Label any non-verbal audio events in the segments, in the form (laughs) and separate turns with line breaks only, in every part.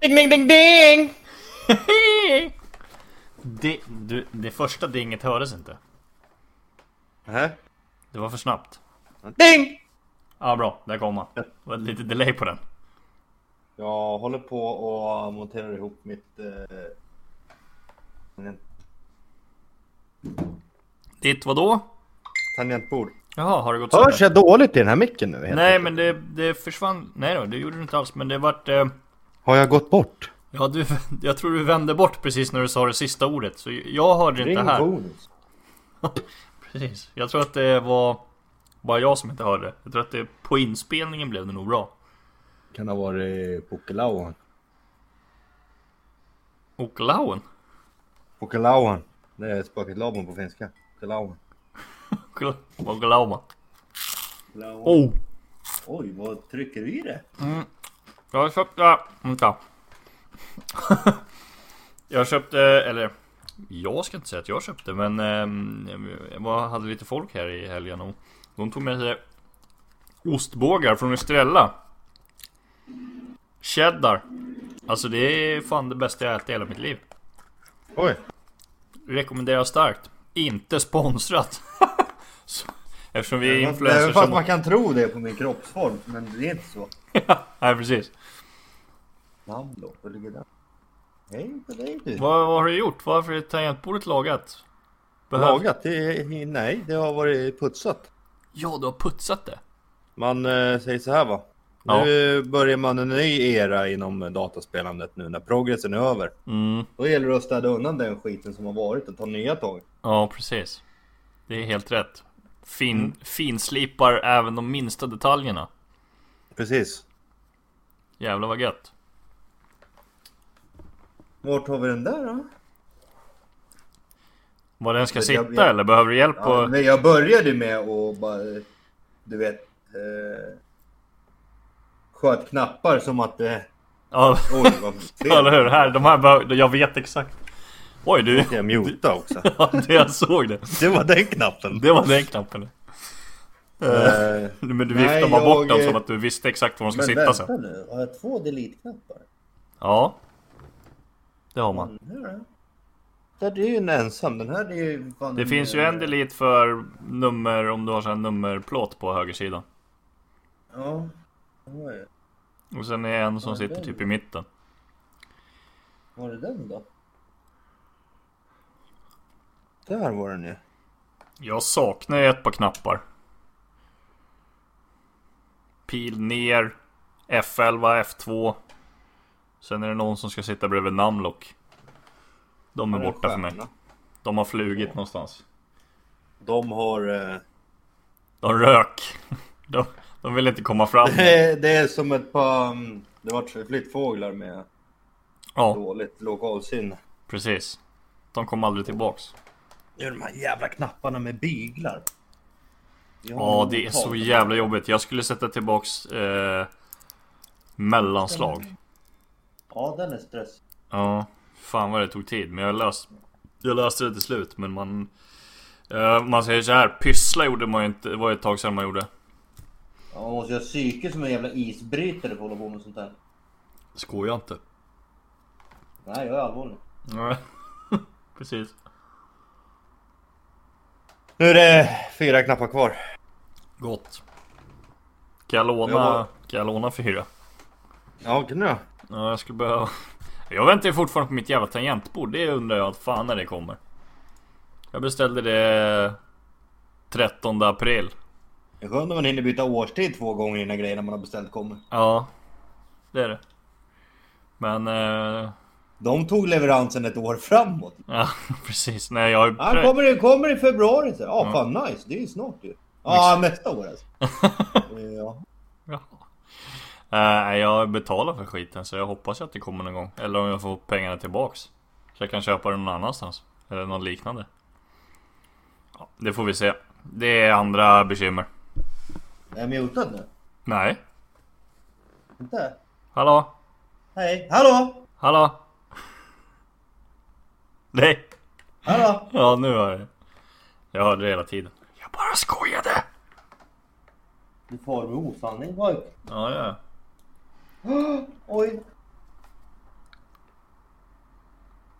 Ding, ding, ding, ding!
(laughs) Det, du, det första dinget hördes inte.
Nähä?
Det var för snabbt.
Ding!
Ja, bra. Där kom han. Det var lite delay på den.
Jag håller på och monterar ihop mitt... Eh... tangent-
Ditt vadå?
Tangentbord.
Jaha, har det gått
Hörs
sönder?
jag dåligt i den här micken nu? helt
Nej,
enkelt?
men det, det försvann. Nej då, det gjorde det inte alls. Men det vart... Eh,
Har jag gått bort?
ja, du, (laughs) jag tror du vände bort precis när du sa det sista ordet. Så jag hörde det inte här.
bonus.
Precis. Jag tror att det var bara jag som inte hörde. Jag tror att det på inspelningen blev det nog bra.
Kan ha varit Pukkelauan.
Och Lauen?
Pukkelauan. Det är spöket Laban på finska. Pukkelauan.
Och Lauma. Oh!
Oj, vad trycker du i det?
Jag köpte... Vänta. (laughs) jag köpte... Eller... Jag ska inte säga att jag köpte men... ehm, Jag var- hade lite folk här i helgen och de tog med sig ostbågar från Estrella. Cheddar. Alltså det är fan det bästa jag ätit i hela mitt liv.
Oj.
Rekommenderar starkt. Inte sponsrat. (laughs) Så- Eftersom vi är
Även
influencers
fast
som...
man kan tro det på min kroppsform, men det är inte så.
(laughs) Nej precis.
Namn då? Vad ligger där? Hej på dig du!
Vad, vad har du gjort? Varför är tangentbordet lagat? Behöv-
Lagat? Det, nej, det har varit putsat.
Ja, du har putsat det.
Man eh, säger så här va.
Ja.
Nu börjar man en ny era inom eh, dataspelandet nu när progressen är över.
Mm.
Då gäller det att städa undan den skiten som har varit och ta nya tag.
Ja, precis. Det är helt rätt. Fin, Finslipar även de minsta detaljerna.
Precis.
Jävlar vad gött.
Vart har vi den där då?
Var den ska
Jag-
sitta
jag-
eller behöver du hjälp?
Ja,
och...
men jag började med att bara, eh, du vet, eh, sköt knappar som att det... Eh,
ja (laughs)
oj, vad fel.
eller hur? Här, de här behöver... Jag vet exakt. Oj, du... (laughs)
Jag mutade också.
Ja, det jag såg det.
Det var den knappen.
Det var den knappen.
Eh,
Men du
Nej,
viftade bara bort
jag,
den
eh,
som att du visste exakt var de ska
Men
sitta
vänta
sen.
nu, har jag två delete-knappar?
Ja. Det har man.
Den här då? Där det är ju en ensam, den här det är ju fan
Det
en,
finns ju en
eh,
delete för nummer om du har sån här nummerplåt på högersidan.
Ja. Oj,
Och sen är det en som sitter typ i mitten.
Var är den då? Där var den ju.
Jag saknar ju ett par knappar. Pil ner, F11, F2. Sen är det någon som ska sitta bredvid Namlock. De är
Där är
borta för mig.
stjärnorna.
De har flugit någonstans.
De har... eh, (laughs)
De rök. (laughs) De, de vill inte komma fram.
det är som ett par... mm, Det var flyttfåglar med
Ja,
dåligt lokalsinne.
precis. De kom aldrig tillbaks.
Nu är de här jävla knapparna med byglar.
Ja, det är så jävla jobbigt. Jag skulle sätta tillbaks eh, mellanslag.
Ja, den är stress.
Ja, fan vad det tog tid. Men jag löste, jag löste det till slut. Men man... Eh, man säger så här, pyssla gjorde man ju inte. Det var ju ett tag sedan man gjorde.
Ja, man måste ju ha psyke som en jävla isbrytare för att hålla på med sånt här.
Skojar inte.
Nej, jag är allvarlig.
Nej. (laughs) Precis.
Nu är det fyra knappar kvar.
Gott. Kan jag låna,
Ja.
kan jag låna fyra?
Ja, kan du?
Ja, jag skulle behöva... Jag väntar ju fortfarande på mitt jävla tangentbord. Det undrar jag att fan när det kommer. Jag beställde det 13 april.
Det är skönt om man hinner byta årstid två gånger innan grejerna man har beställt kommer.
Ja, det är det. Men... Eh,
De tog leveransen ett år framåt.
ja, (laughs) precis. Nej, jag har ju...
Han kommer, i- kommer i februari. Så. Ja, fan nice. Det är ju snart ju. Ja, nästa år alltså. ja.
Jaha. Eh, nej, jag betalar för skiten så jag hoppas att det kommer någon gång. Eller om jag får pengarna tillbaks. Så jag kan köpa den någon annanstans. Eller något liknande. Ja, det får vi se. Det är andra bekymmer.
Är jag mutad nu?
Nej.
Inte?
Hallå?
Hej. Hallå?
Hallå? Nej.
Hallå?
Ja, nu hör jag det. Jag hörde det hela tiden. Jag bara skojade.
Du far med osanning. (gasps) Oj.
Ja, ja.
Oj.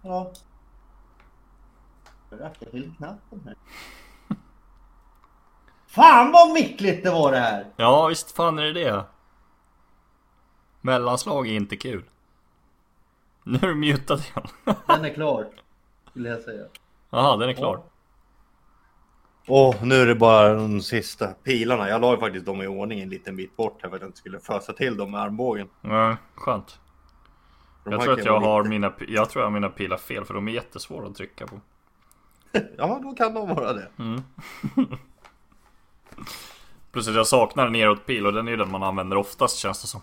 Ja. Jag rackar till knappen här. Fan vad mickligt det var det här!
Ja visst fan är det det. Mellanslag är inte kul. Nu är du mutad igen. (laughs)
Den är klar. Skulle jag säga.
Jaha, den är klar.
Åh, nu är det bara de sista pilarna. Jag la ju faktiskt dem i ordning en liten bit bort här för att jag inte skulle fösa till dem med armbågen.
Nej, skönt.
De
Jag
här
tror
kan
att
ju
jag
vara
har
lite-
mina, pi- jag tror jag har mina pilar fel för de är jättesvåra att trycka på.
Ja, då kan de vara det.
Plus att jag saknar en neråtpil och den är ju den man använder oftast känns det som.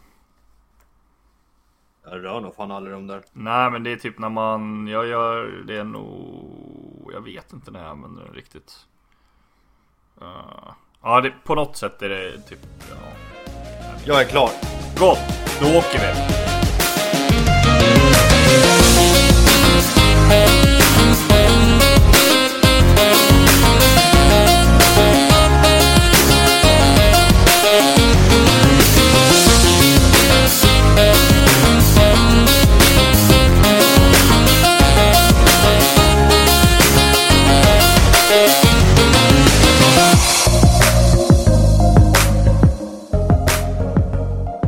Jag rör nog fan aldrig de där.
Nej men det är typ när man, jag gör det nog, jag vet inte när jag använder den riktigt. Eh, ja, det, på något sätt är det typ, ja.
Jag är klar.
Gott, då åker vi.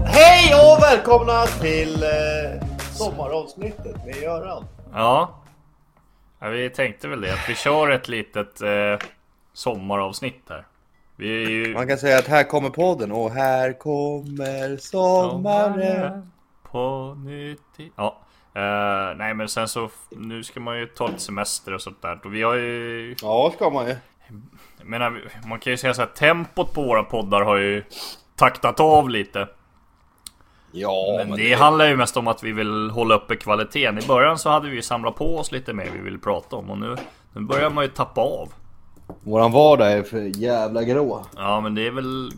Hej och välkomna till eh, sommaravsnittet med Göran.
Ja. ja, vi tänkte väl det att vi kör ett litet eh, sommaravsnitt här. Vi är ju
Man kan säga att här kommer podden och här kommer sommaren.
på nytt i- Ja. Eh, nej men sen så, f- nu ska man ju ta lite semester och sånt där. Och vi har ju
Ja, ska man ju.
Jag menar, vi- man kan ju säga så här, tempot på våra poddar har ju taktat av lite.
Ja,
Men det handlar ju mest om att vi vill hålla uppe kvaliteten. I början så hade vi ju samlat på oss lite mer vi ville prata om och nu, nu börjar man ju tappa av.
Våran vardag är för jävla grå.
Ja men det är väl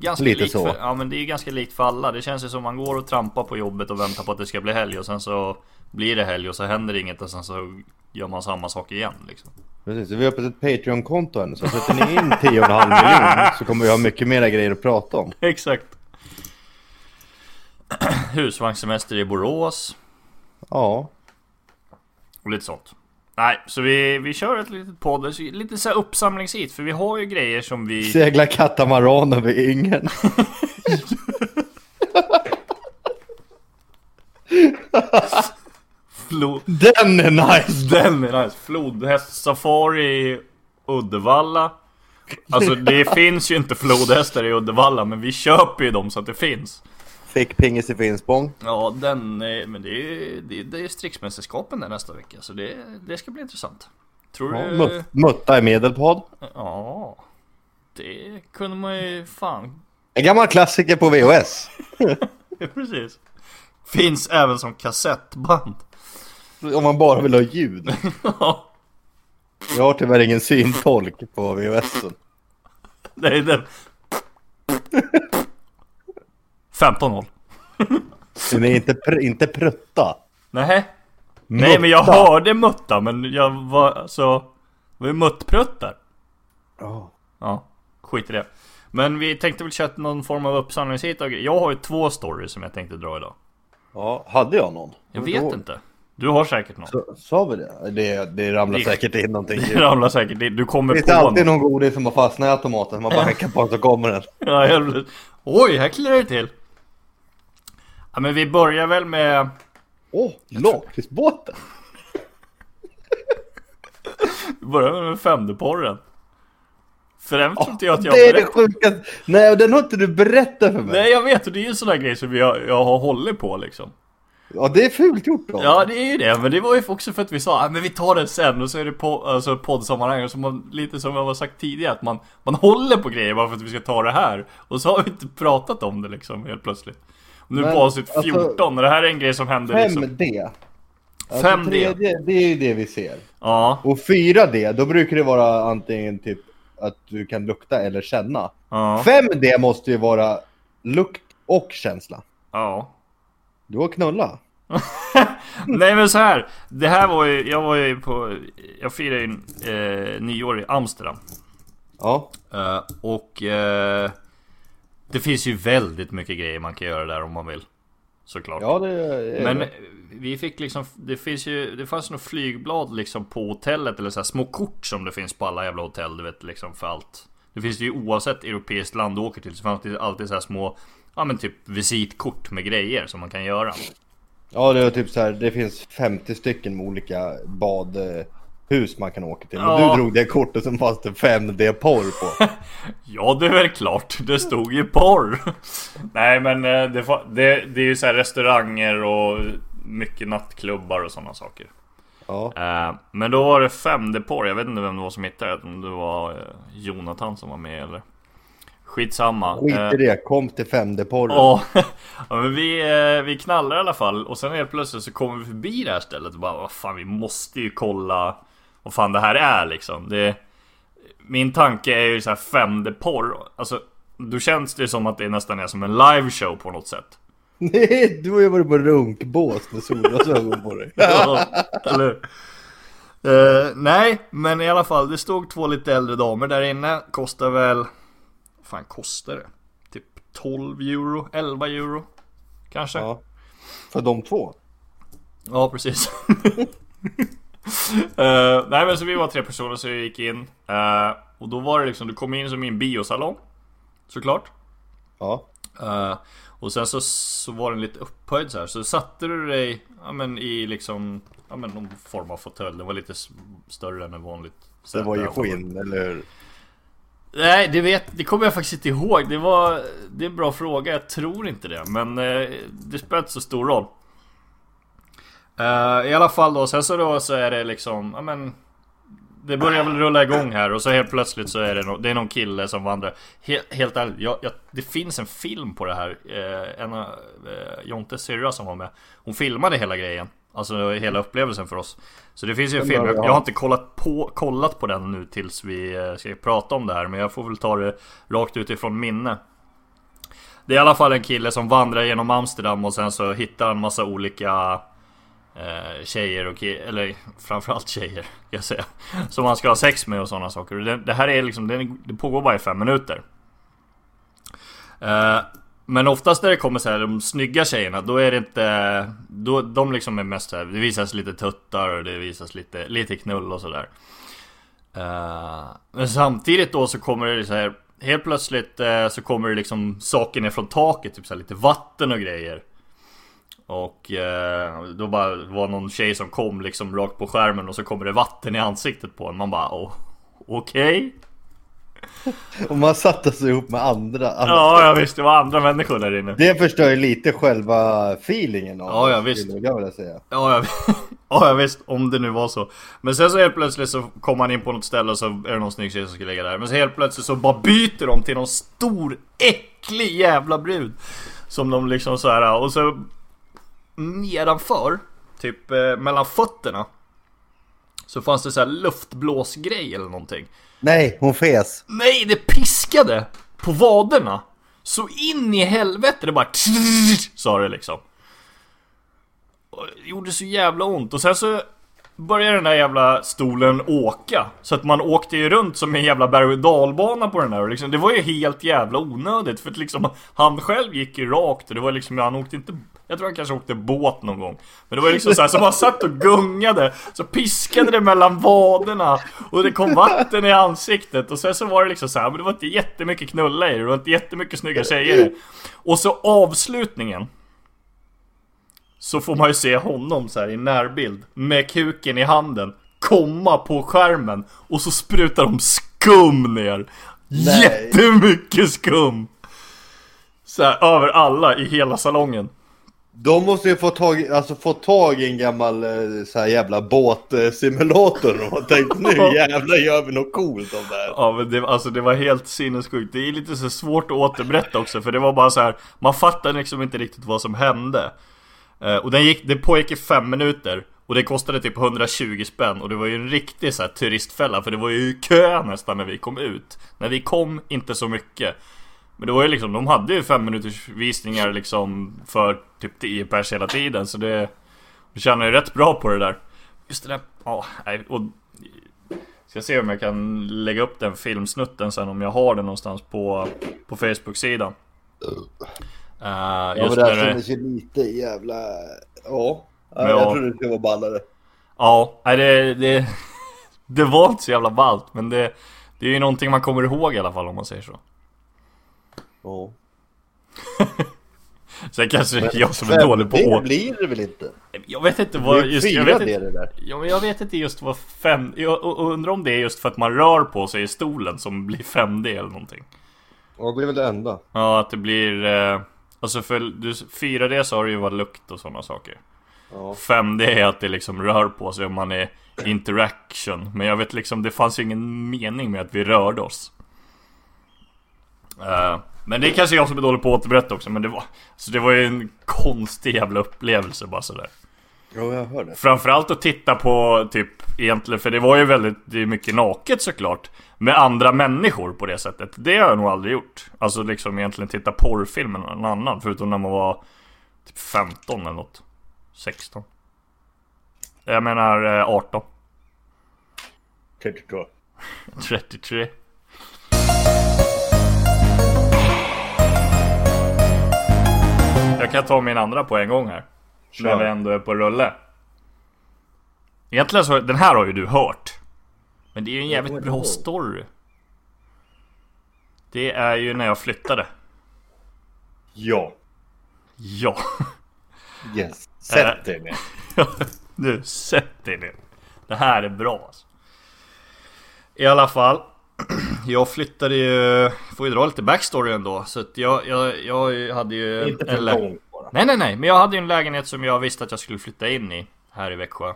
ganska
Lite
likt
så.
För, ja men det är ganska likt för alla. Det känns ju som man går och trampar på jobbet och väntar på att det ska bli helg och sen så blir det helg och så händer inget och sen så gör man samma sak igen liksom.
Precis, vi har öppnat ett Patreon-konto ännu så sätter ni in 10,5 miljoner så kommer vi ha mycket mera grejer att prata om.
Exakt. (clears throat) Husvagnssemester i Borås.
Ja,
Och lite sånt. Nej, så vi, vi kör ett litet podd, så- lite så här uppsamlingshit, för vi har ju grejer som (laughs) vi...
segla katamaran över ingen.
Flod,
Den är nice!
den är nice! Flodhästsafari i Uddevalla. Alltså det finns ju inte flodhästar i Uddevalla, men vi köper ju dem så att det finns.
Fick pingis i Finspång.
Ja, den... är- Men det är ju det, är- det är Strixmästerskapen där nästa vecka, så det, det ska bli intressant. Tror
Ja,
du...
mut- mutta i Medelpad.
ja. Det kunde man ju fan
En gammal klassiker på VHS.
Ja, (laughs) Precis. Finns även som kassettband.
Om man bara vill ha ljud.
(laughs) Ja,
Jag har tyvärr ingen syntolk på VHS. en.
det är den. 15-0.
Den är inte, pr- inte prutta.
Nej. Nej, men jag
Mutta.
hörde mutta, men jag var alltså... Det var ju muttpruttar.
Ja.
Ja, skit i det. Men vi tänkte väl köra någon form av uppsamlingshit och grejer. Jag har ju två stories som jag tänkte dra idag.
Ja, hade jag någon?
Jag
Då-
vet inte. Du har säkert (laughs) någon.
Så- Sa vi det? Det, det ramlar
Det-
säkert in någonting.
Det ramlar säkert in. Du kommer
Det finns
på
alltid
någon.
någon godis som har fastnat i automaten som man bara hackar på så kommer den.
Ja, jag... Oj, här klirrar det till. Ja, men vi börjar väl med...
Åh, oh, lakritsbåten!
Vi börjar med femdeporren. För den tror inte jag att jag
Det är det
berättar.
sjukaste! Nej, och den har inte du berättat för mig!
Nej jag vet och det är ju en sån där grej som jag, jag har hållit på liksom.
Ja, det är fult gjort då.
Ja det är ju det, men det var ju också för att vi sa "Ah, men vi tar den sen och så är det på, alltså, poddsammanhang och så man, lite som jag har sagt tidigare att man, man håller på grejer bara för att vi ska ta det här. Och så har vi inte pratat om det liksom helt plötsligt. Och nu är
Men,
på avsnitt
alltså,
14 och det här är en grej som händer liksom.
5D. Alltså,
5D.
tredje, det är ju det vi ser.
Ja,
Och 4D, då brukar det vara antingen typ att du kan lukta eller känna.
ja,
5D måste ju vara lukt och känsla.
ja.
Du har knulla.
Nej men så här. Det här var ju, jag var ju på, jag firade ju eh, nyår i Amsterdam.
Ja.
Eh, och eh, det finns ju väldigt mycket grejer man kan göra där om man vill. Såklart.
Ja, det är...
Men vi fick liksom, det finns ju, det fanns nog flygblad liksom på hotellet eller så här små kort som det finns på alla jävla hotell, du vet liksom för allt. Det finns det ju oavsett europeiskt land du åker till så fanns det alltid så här små, ja men typ visitkort med grejer som man kan göra.
Ja, det är typ så här, det finns 50 stycken med olika badhus man kan åka till. Men
Ja.
du drog det kortet som fanns det 5D-porr
(laughs)
på.
Ja det är väl klart, det stod ju porr! (laughs) Nej men eh, det, fa- det, det är ju så här restauranger och mycket nattklubbar och sådana saker.
Ja.
Eh, Men då var det 5D-porr, jag vet inte vem det var som hittade det, om det var eh, Jonathan som var med eller? Skitsamma. Eh,
Skit i det, kom till 5D-porren.
Ja, (laughs) ja men vi, eh, vi knallar i alla fall och sen helt plötsligt så kommer vi förbi det här stället och bara vad fan vi måste ju kolla vad fan det här är liksom. Det, min tanke är ju så här femde porr. Alltså då känns det som att det nästan är som en liveshow på något sätt.
(laughs) Nej, du har ju varit på runkbås med solglasögon
(laughs)
på dig.
Ja, Eller hur? Eh, nej, men i alla fall det stod två lite äldre damer där inne. Kostar väl... Vad fan kostar det? Typ 12 euro, 11 euro. Kanske.
Ja. För de två?
Ja, precis. (laughs) Eh, nej men så vi var tre personer så vi gick in eh, Och då var det liksom, du kom in som i en biosalong Såklart
Ja.
Eh, Och sen så, så var den lite upphöjd så här Så satte du dig ja, men, i liksom ja, men, någon form av fåtölj Den var lite s- större än en vanligt
Det
säte.
var ju skinn, eller hur?
Nej, det, vet, det kommer jag faktiskt inte ihåg. Det, var, det är en bra fråga, jag tror inte det. Men eh, det spelar inte så stor roll. Eh, I alla fall då, sen så, då så är det liksom, ja men... Det börjar väl rulla igång här och så helt plötsligt så är det, no, det är någon kille som vandrar. He, helt ärligt, jag, jag, det finns en film på det här. Eh, en av eh, Jontes syrra som var med. Hon filmade hela grejen. Alltså hela upplevelsen för oss. Så det finns ju en
Den
film.
bör
Jag,
vi ha.
jag har inte kollat på, kollat på den nu tills vi eh, ska prata om det här. Men jag får väl ta det rakt utifrån minne. Det är i alla fall en kille som vandrar genom Amsterdam och sen så hittar han massa olika eh, tjejer och ki- eller framförallt tjejer kan jag säga Som han ska ha sex med och sådana saker Och det, det här är liksom, det, det pågår bara i fem minuter eh, Men oftast när det kommer så här de snygga tjejerna Då är det inte då, De liksom är mest så här, det visas lite tuttar och det visas lite, lite knull och sådär Eh, Men samtidigt då så kommer det så här Helt plötsligt eh, så kommer det liksom saker ner från taket, typ så här lite vatten och grejer och eh, då bara var någon tjej som kom liksom rakt på skärmen och så kommer det vatten i ansiktet på en. Man bara "Åh, okej?
Och man satte sig ihop med andra.
Ja, ja visst det var andra människor där inne.
Det förstör ju lite själva feelingen av
Ja, ja,
det,
visst.
skulle jag vilja säga.
Ja, (laughs) ja, ja, ja visst, om det nu var så. Men sen så helt plötsligt så kommer han in på något ställe och så är det någon snygg tjej som ska ligga där. Men så helt plötsligt så bara byter de till någon stor äcklig jävla brud. Som de liksom så här och så nedanför, typ eh, mellan fötterna. Så fanns det så här luftblåsgrej eller någonting.
Nej, hon fes.
Nej, det piskade på vaderna. Så in i helvete, det bara sa det liksom. Och det gjorde så jävla ont. Och sen så började den där jävla stolen åka. Så att man åkte ju runt som en jävla berg och dalbana på den där. Och liksom, det var ju helt jävla onödigt. För att liksom, han själv gick ju rakt och det var liksom, han åkte inte... Jag tror han kanske åkte båt någon gång. Men det var liksom så här, som han satt och gungade. Så piskade det mellan vaderna. Och det kom vatten i ansiktet. Och sen så var det liksom så här, men det var inte jättemycket knulla i det. Det var inte jättemycket snygga tjejer i det. Och så avslutningen. Så får man ju se honom så här i närbild med kuken i handen komma på skärmen och så sprutar de skum ner. Jättemycket skum! Så här, över alla i hela salongen.
De måste ju få tag, alltså, få tag i en gammal eh, så här jävla båtsimulator. De har (laughs) tänkt nu jävlar gör vi något coolt av det här.
Ja men det, alltså det var helt sinnessjukt. Det är lite så svårt att återberätta också för det var bara så här. Man fattade liksom inte riktigt vad som hände. Eh, och den gick, det pågick i fem minuter. Och det kostade typ 120 spänn och det var ju en riktig så här turistfälla för det var ju kö nästan när vi kom ut. När vi kom, inte så mycket. Men det var ju liksom, de hade ju fem minuters visningar liksom för typ 10 pers hela tiden så det... Du tjänar ju rätt bra på det där. Just det där, ja, nej, och Ska se om jag kan lägga upp den filmsnutten sen om jag har den någonstans på, på Facebook-sidan. Eh,
Ja, men
just
det
när
här
det...
kändes ju lite jävla... Ja.
Men
ja. Jag
ja.
trodde det skulle vara ballare.
Ja, nej, det, det, (laughs) det var inte så jävla ballt men det, det är ju någonting man kommer ihåg i alla fall om man säger så.
Ja.
Sen kanske jag som är dålig på
det
år.
blir det väl inte?
Jag vet inte
Det är
vad
ju
just... Jag vet
fyra det
inte,
det där.
ja, men jag vet inte just vad fem... Jag u- undrar om det är just för att man rör på sig i stolen som blir 5D eller någonting.
Ja, det blir väl det enda.
Ja, att det blir... Eh, alltså för du, 4D så har det ju varit lukt och sådana saker.
Ja.
5D är att det liksom rör på sig och man är interaction. Men jag vet liksom, det fanns ju ingen mening med att vi rörde oss. Eh, men det är kanske jag som är dålig på att återberätta också, men det var... Så det var ju en konstig jävla upplevelse bara sådär.
Ja, jag hör det.
Framförallt att titta på typ egentligen, för det var ju väldigt det är mycket naket såklart. Med andra människor på det sättet. Det har jag nog aldrig gjort. Alltså liksom egentligen titta porrfilm med någon annan. Förutom när man var typ 15 eller något. 16. Jag menar eh, (laughs) 18.
32.
33. Jag kan ta min andra på en gång här. När vi
Kör.
ändå är på rulle. Egentligen så, den här har ju du hört. Men det är ju en jävligt bra story. Det är ju när jag flyttade.
Ja.
Ja. (laughs)
Yes.
Äh,
Sätt dig ner.
nu, sätt dig ner. Det här är bra alltså. I alla fall. (clears throat) Jag flyttade ju... Får ju dra lite backstory ändå. Så att jag, jag, jag hade ju...
Inte
en
för
lä-
långt bara.
Nej, nej, nej. Men jag hade ju en lägenhet som jag visste att jag skulle flytta in i här i Växjö.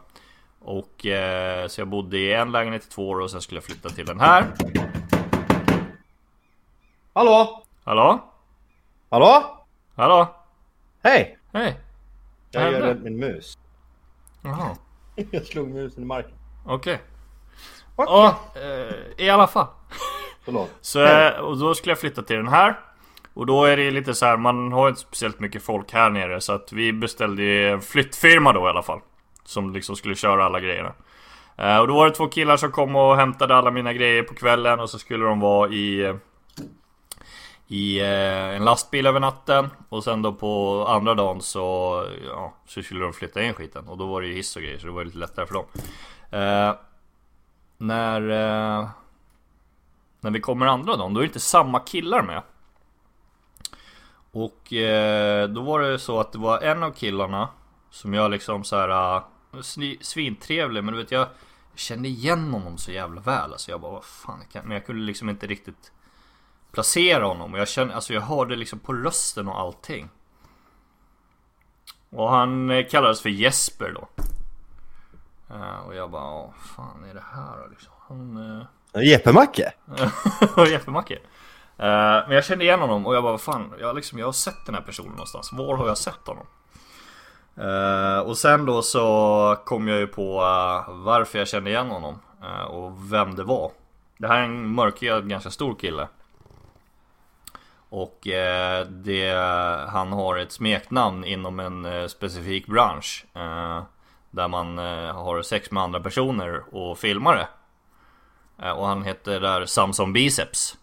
Och eh, så jag bodde i en lägenhet i två år och sen skulle jag flytta till den här.
Hallå?
Hallå?
Hallå?
Hallå?
Hej!
Hej!
Jag gör det
Hallå.
med en
(laughs)
mus.
Jaha,
Jag slog musen i marken.
okej.
Okej.
Ja, eh, i alla fall.
Förlåt.
Så, eh, och då skulle jag flytta till den här. Och då är det ju lite så här, man har ju inte speciellt mycket folk här nere så att vi beställde ju en flyttfirma då i alla fall. Som liksom skulle köra alla grejerna. Eh, och då var det två killar som kom och hämtade alla mina grejer på kvällen och så skulle de vara i... eh, I eh, en lastbil över natten och sen då på andra dagen så... Ja, så skulle de flytta in skiten och då var det ju hiss och grejer så det var lite lättare för dem. Eh, när... Eh, när vi kommer andra dagen, då är det inte samma killar med. Och eh, då var det så att det var en av killarna som jag liksom så här eh, sni- svintrevlig, men du vet jag kände igen honom så jävla väl. Alltså jag bara, vad fan, jag kan... men jag kunde liksom inte riktigt placera honom. Och Jag kände, alltså jag hörde liksom på rösten och allting. Och han eh, kallades för Jesper då. Eh, och jag bara, vad fan är det här då?" liksom? Han, eh...
Jeppe-Macke?
(laughs) Jeppe-Macke. Eh, men jag kände igen honom och jag bara, vad fan, jag, har liksom, jag har sett den här personen någonstans. Var har jag sett honom? Eh, och sen då så kom jag ju på eh, varför jag kände igen honom eh, och vem det var. Det här är en mörkhyad, ganska stor kille. Och eh, det, han har ett smeknamn inom en eh, specifik bransch. eh, där man eh, har sex med andra personer och filmar det. Eh, Och han hette där Samson Biceps.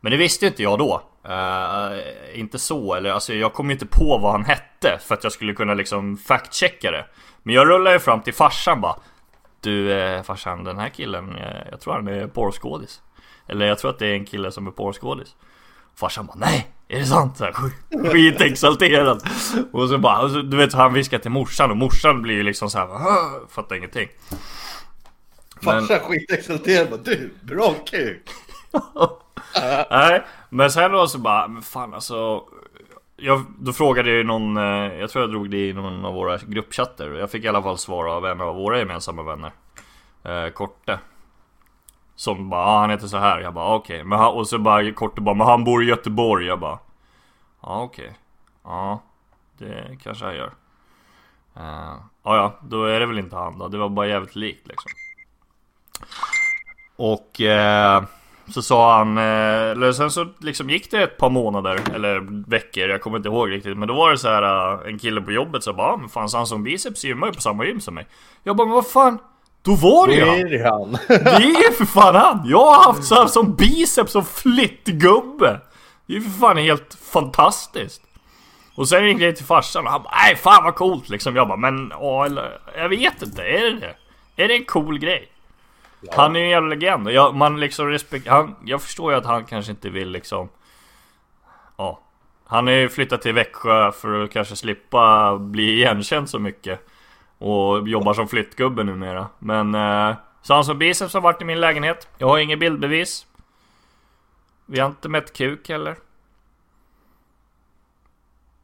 Men det visste ju inte jag då. Eh, inte så, eller alltså jag kom ju inte på vad han hette för att jag skulle kunna liksom fact-checka det. Men jag rullade ju fram till farsan bara. Du eh, farsan, den här killen, eh, jag tror han är porrskådis. Eller jag tror att det är en kille som är porrskådis. Farsan bara nej, är det sant? Så här, sk- Skitexalterad. Och så bara, och så, du vet så han viskar till morsan och morsan blir ju liksom så här, "Ah", fattar ingenting. Men-
Farsan skitexalterad bara du, bra kuk!
Nej, men sen då så bara, men fan alltså jag, Då frågade jag ju någon, eh, jag tror jag drog det i någon av våra gruppchatter Jag fick i alla fall svar av en av våra gemensamma vänner eh, Korte Som bara, ah, han heter så här. Jag bara, ah, okej Men han- Och så bara Korte bara, men han bor i Göteborg Jag bara, ja ah, okej Ja, det kanske han gör eh, ah, ja, då är det väl inte han då Det var bara jävligt likt liksom Och eh, så sa han, eh, eller sen så liksom gick det ett par månader eller veckor, jag kommer inte ihåg riktigt Men då var det så här eh, en kille på jobbet som bara "Ah, men fan Samson Biceps gymmar ju på samma gym som mig Jag bara men vad fan, då var det ju han!
är han! (laughs)
Det är ju för fan han! Jag har haft så här som biceps som flyttgubbe! Det är ju för fan helt fantastiskt. Och sen ringde jag till farsan och han bara nej fan vad coolt liksom. Jag bara men ja eller jag vet inte, är det det? Är det en cool grej? Han är ju en jävla legend och jag, man liksom respekt, han, jag förstår ju att han kanske inte vill liksom Ja Han har ju flyttat till Växjö för att kanske slippa bli igenkänd så mycket Och jobbar som flyttgubbe numera Men eh, Så han som biceps har varit i min lägenhet Jag har inget bildbevis Vi har inte mätt kuk heller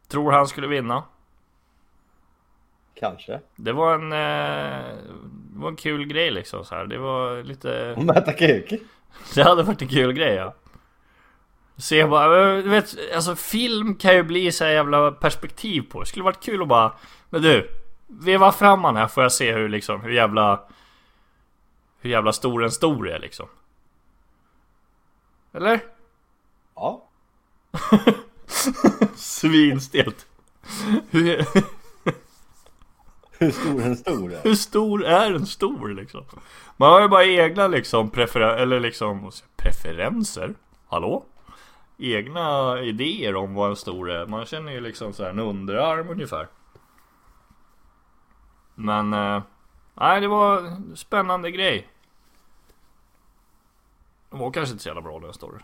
Tror han skulle vinna
Kanske.
Det var en eh, Det var en kul grej liksom så här. Det var lite
Mäta kuk.
Det hade varit en kul grej ja. Så jag bara, eh, du vet, alltså film kan ju bli så här jävla perspektiv på. Det skulle varit kul att bara, men du, veva fram han här får jag se hur liksom, hur jävla, hur jävla stor en stor är liksom. Eller?
Ja.
Svinstelt. Hur,
Hur stor en stor är.
hur stor är en stor liksom? Man har ju bara egna liksom prefer- eller liksom vad säger jag, preferenser. Hallå? Egna idéer om vad en stor är. Man känner ju liksom så här en underarm ungefär. Men eh, nej, det var en spännande grej. Det var kanske inte så jävla bra den story.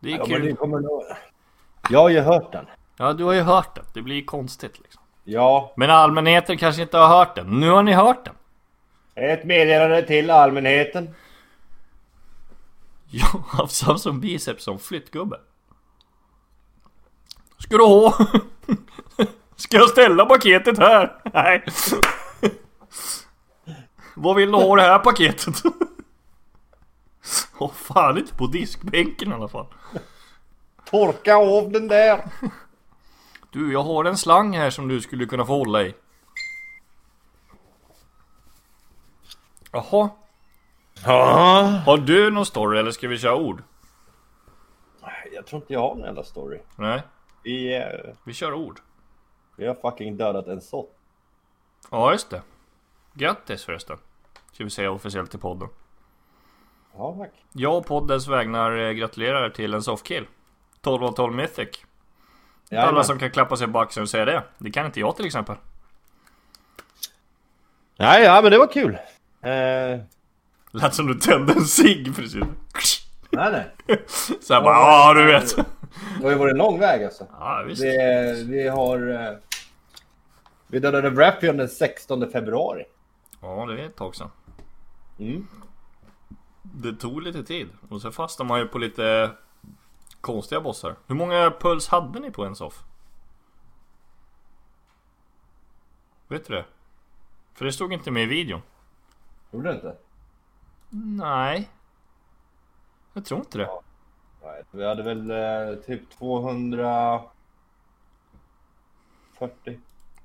Det är
Ja, men
kul.
du kommer nog... Jag har ju hört den.
Ja, du har ju hört den. Det blir ju konstigt liksom.
Ja.
Men allmänheten kanske inte har hört den. Nu har ni hört den.
Ett meddelande till allmänheten.
Jag har haft Samson biceps som flyttgubbe. Ska du ha? (laughs) Ska jag ställa paketet här? Nej. Vad vill du ha det här paketet? Åh fan inte på diskbänken i alla fall.
Torka av den där.
Du, jag har en slang här som du skulle kunna få hålla i. Jaha,
Ja.
har du någon story eller ska vi köra ord?
Jag tror inte jag har någon jävla story.
Nej,
Vi, eh,
vi kör ord.
vi har fucking dödat en sort.
Ja, just det. Grattis förresten. Ska vi säga officiellt till podden.
Ja, tack.
Jag och poddens vägnar eh, gratulerar till en soffkill. 12 av 12 Mythic. Alla
Jajamän.
som kan klappa sig på axeln och säga det. Det kan inte jag till exempel.
Nej, ja, men det var kul. Eh,
Lät som du tände en cigg precis.
nej, nej.
Så här bara, ja du vet.
Det har ju varit en lång väg alltså.
Ja visst.
Det, vi har... eh, Vi dödade Wrappion den 16 februari.
Ja det är ett tag sedan.
Mm.
Det tog lite tid. Och så fastnade man ju på lite konstiga bossar. Hur många puls hade ni på en soff? Vet du det? För det stod inte med i videon.
Gjorde du inte?
Nej. Jag tror inte det.
Nej, vi hade väl eh, typ 240.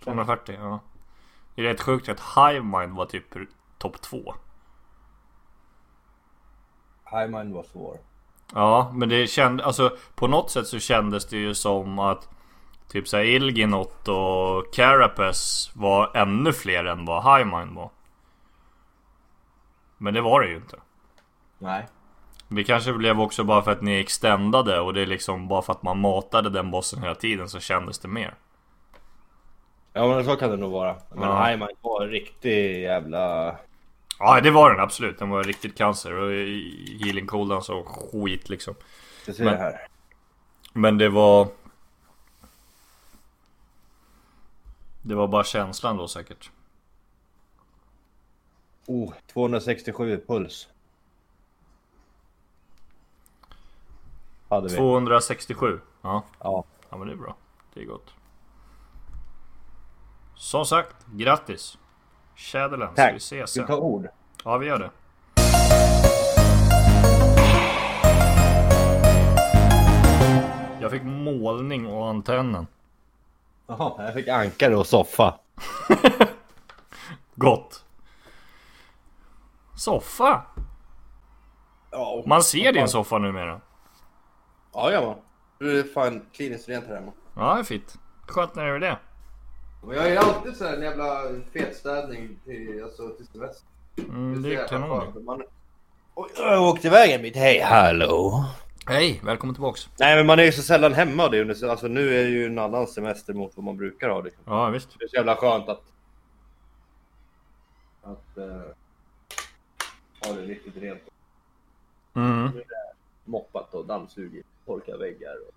240, ja. Det är rätt sjukt att Hivemind var typ topp 2.
Highmind var svår.
Ja, men det kändes, alltså på något sätt så kändes det ju som att typ såhär Ilginot och Carapace var ännu fler än vad Hivemind var. Men det var det ju inte.
Nej.
Det kanske blev också bara för att ni extendade och det är liksom bara för att man matade den bossen hela tiden så kändes det mer.
Ja men så kan det nog vara. Men
Ja.
Highmind var en riktig jävla...
Ja, det var den absolut. Den var riktigt cancer och healing cooldowns och skit liksom.
Du ser
Men-
det här.
Men det var... Det var bara känslan då säkert.
Oh, 267 puls. Hade vi.
267. Ja.
Ja.
ja, men det är bra. Det är gott. Som sagt, grattis! Shadowlands,
Tack.
vi ses
Ska vi
sen.
ta ord?
Ja, vi gör det. Jag fick målning och antennen.
Jaha, jag fick ankare och soffa.
Gott! Soffa!
Ja,
Man ser din soffa numera.
ja jajamän. Du är fan kliniskt rent här hemma.
Ja, det är fint. Skönt när det är det.
Men jag är alltid sån här en jävla fetstädning till, alltså, till semester.
Mm, det är kanon.
Man... Oj, jag åkte iväg en bit. Hej hallå.
Hej, välkommen tillbaks.
Nej men man är ju så sällan hemma det är ju- alltså nu är det ju en annan semester mot vad man brukar ha. Liksom.
Ja, visst.
Det är så jävla skönt att... Att... eh, ha det riktigt rent och
Mm.
moppat och dammsugit. Torkat väggar och...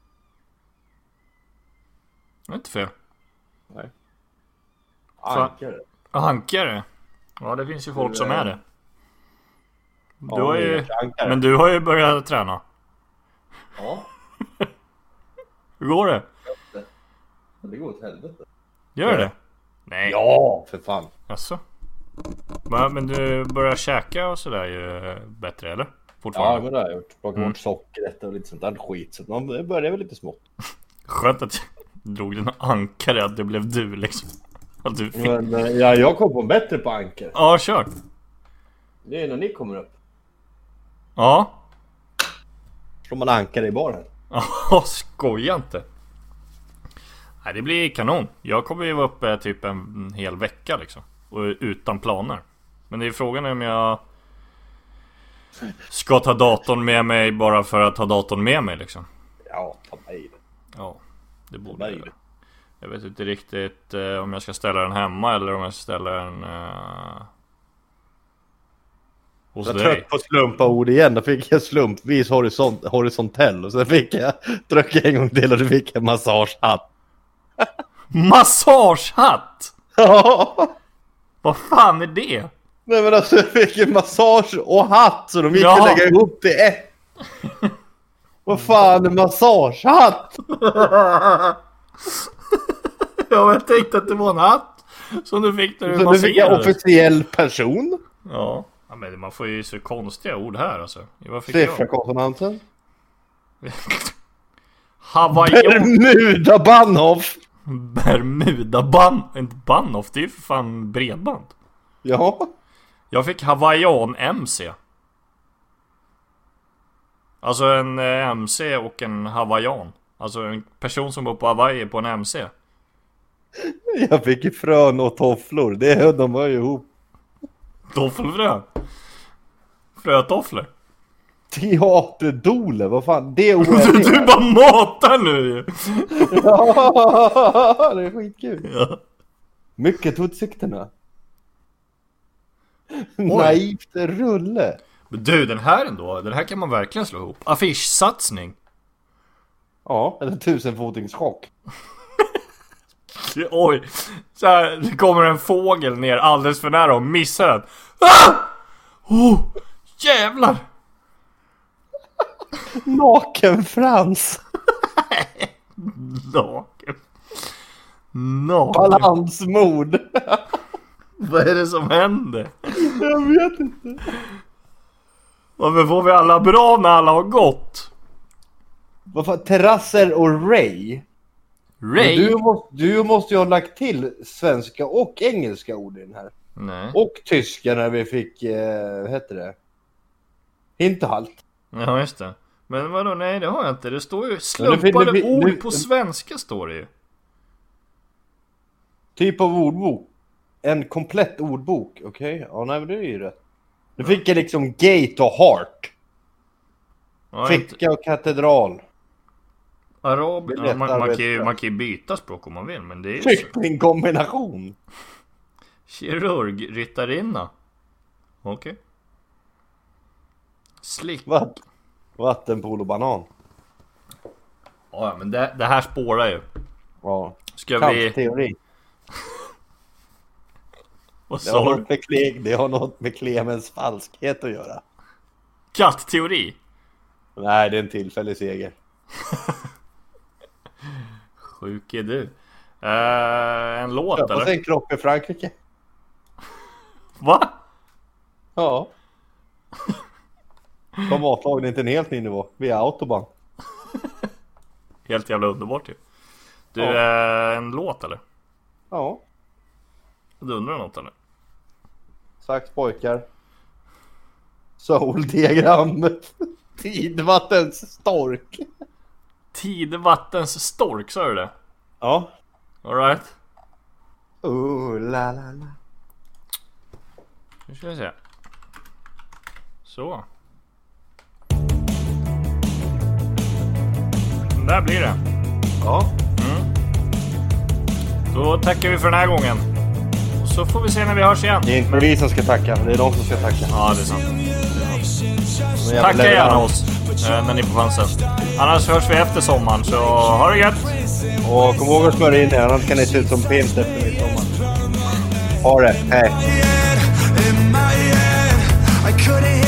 Det är inte fel. Fan.
Ankare.
Ankare? Ja, det finns ju eh, folk som är det. Du har ju...
Ankare.
Men du har ju börjat träna.
Ja,
Hur går det?
det går åt helvete.
Gör det? Nej.
Ja, för fan.
Jaså? Va, Men du börjar käka och sådär ju eh, bättre eller?
Ja, Mm.
Fortfarande?
men det har jag gjort. Plockat bort sockret och lite sånt där skit. Så att man börjar väl lite smått.
Skönt att du (laughs) drog din ankare att det blev du liksom. Att du fick...
Men eh, ja, jag kom på bättre på anker.
Ja, kör!
Det är när ni kommer upp.
Ja.
Slår man ankare i baren.
Ja, (laughs) skoja inte! Nej, det blir kanon. Jag kommer ju vara uppe typ en hel vecka liksom. Och utan planer. Men det är frågan om jag... Ska ta datorn med mig bara för att ha datorn med mig liksom.
Ja, ta mig det.
Ja, det borde
Nej,
jag.
det-
göra. Jag vet inte riktigt eh, om jag ska ställa den hemma eller om jag ska ställa den... Eh, hos
Jag är
dig.
trött på slumpa ord igen. Då fick jag slumpvis horisont, horisontell och sen fick jag (laughs) tryck en gång till och då fick jag massagehatt. (laughs)
Massagehatt!
Ja,
Vad fan är det?
nej men alltså jag fick en massage och hatt så de gick
Ja.
att lägga ihop till (laughs) ett. Vad fan är massagehatt?
(laughs) Ja, jag tänkte att det var en hatt som du fick när du
Så nu fick jag
masserades.
officiell person.
Ja. ja, men man får ju så konstiga ord här alltså. Vad fick (laughs)
Träffa
jag?
konsonanten.
Hawaii...
Bermuda Bahnhof.
Bermuda band... Inte bandhoff, det är ju för fan bredband.
Ja.
Jag fick Hawaiian MC. Alltså en eh, MC och en Hawaiian. Alltså en person som bor på Hawaii på en MC.
Jag fick ju frön och tofflor. Det, de hör ju ihop.
Toffelfrö. Frötofflor. (laughs)
Teaterdole, vad fan. Det är
(laughs) Du,
oärligt.
du bara matar nu ju.
Ja, det är skitkul.
Ja.
Mycket utsikterna. Naivt rulle.
Men du den här ändå. Den här kan man verkligen slå ihop. Affischsatsning.
Ja, eller tusenfotingschock.
Oj. Så här, det kommer en fågel ner alldeles för nära och missar den. Ah! Oh, jävlar.
Nakenfrans.
Naken. Naken.
Balansmord.
Vad är det som händer?
Jag vet inte.
Varför får vi alla bra när alla har gått?
Vad fan, terrasser och Ray. Men
Ray?
Du, måste, du måste ju ha lagt till svenska och engelska ord i den här.
Nej.
Och tyska när vi fick, eh, vad heter det? Hinterhalt.
Ja, just det. Men vadå, nej det har jag inte. Det står ju
nu fin-
slumpade
nu fin-
ord
nu-
på svenska står det ju.
Typ av ordbok. En komplett ordbok. Okej, ja nej men det är ju rätt. Nu fick jag liksom gate och heart.
Ja, inte-
Ficka och katedral.
Arab...
Det är
Ja, man,
lättare
man,
att
kan ju,
veta.
man kan ju byta språk om man vill, men det är ju...
Tryck på Typ en kombination.
Kirurg, ryttarinna. Okej. Slick. Ja,
Vatt, vattenpol och banan.
ja, men det, det här spårar ju.
Ja.
Ska vi...
Kantteori.
Vad
Det har,
sa du?
något med Cle- det har något med Clemens falskhet att göra.
Kattteori?
Nej, det är en tillfällig seger.
Sjuk är du. Eh, en låt
Och
eller?
sen kropp i Frankrike.
Va?
(laughs) Ja. Kom avtagningen till en helt ny nivå. Via autobahn.
Helt jävla underbart ju. Du, eh, en låt eller?
Ja.
Du undrar något eller?
Sax pojkar. Soldiagram. (laughs) Tidvattens stork.
Tidevattens stork, sa du det?
Ja.
Alright.
Oh, la, la, la.
Nu ska vi se. Så. Där blir det.
Ja.
Då tackar vi för den här gången. Och så får vi se när vi hörs igen.
Det är inte vi som ska tacka, det är de som ska tacka.
Ja, det är sant.
De jävla
Tacka gärna
leveranser.
oss eh, när ni får chansen. Annars hörs vi efter sommaren, så ha det gött!
Och kom ihåg att smörja in er, annars kan ni se ut som pint efter midsommar. Ha det, hej!
In my head, I couldn't hear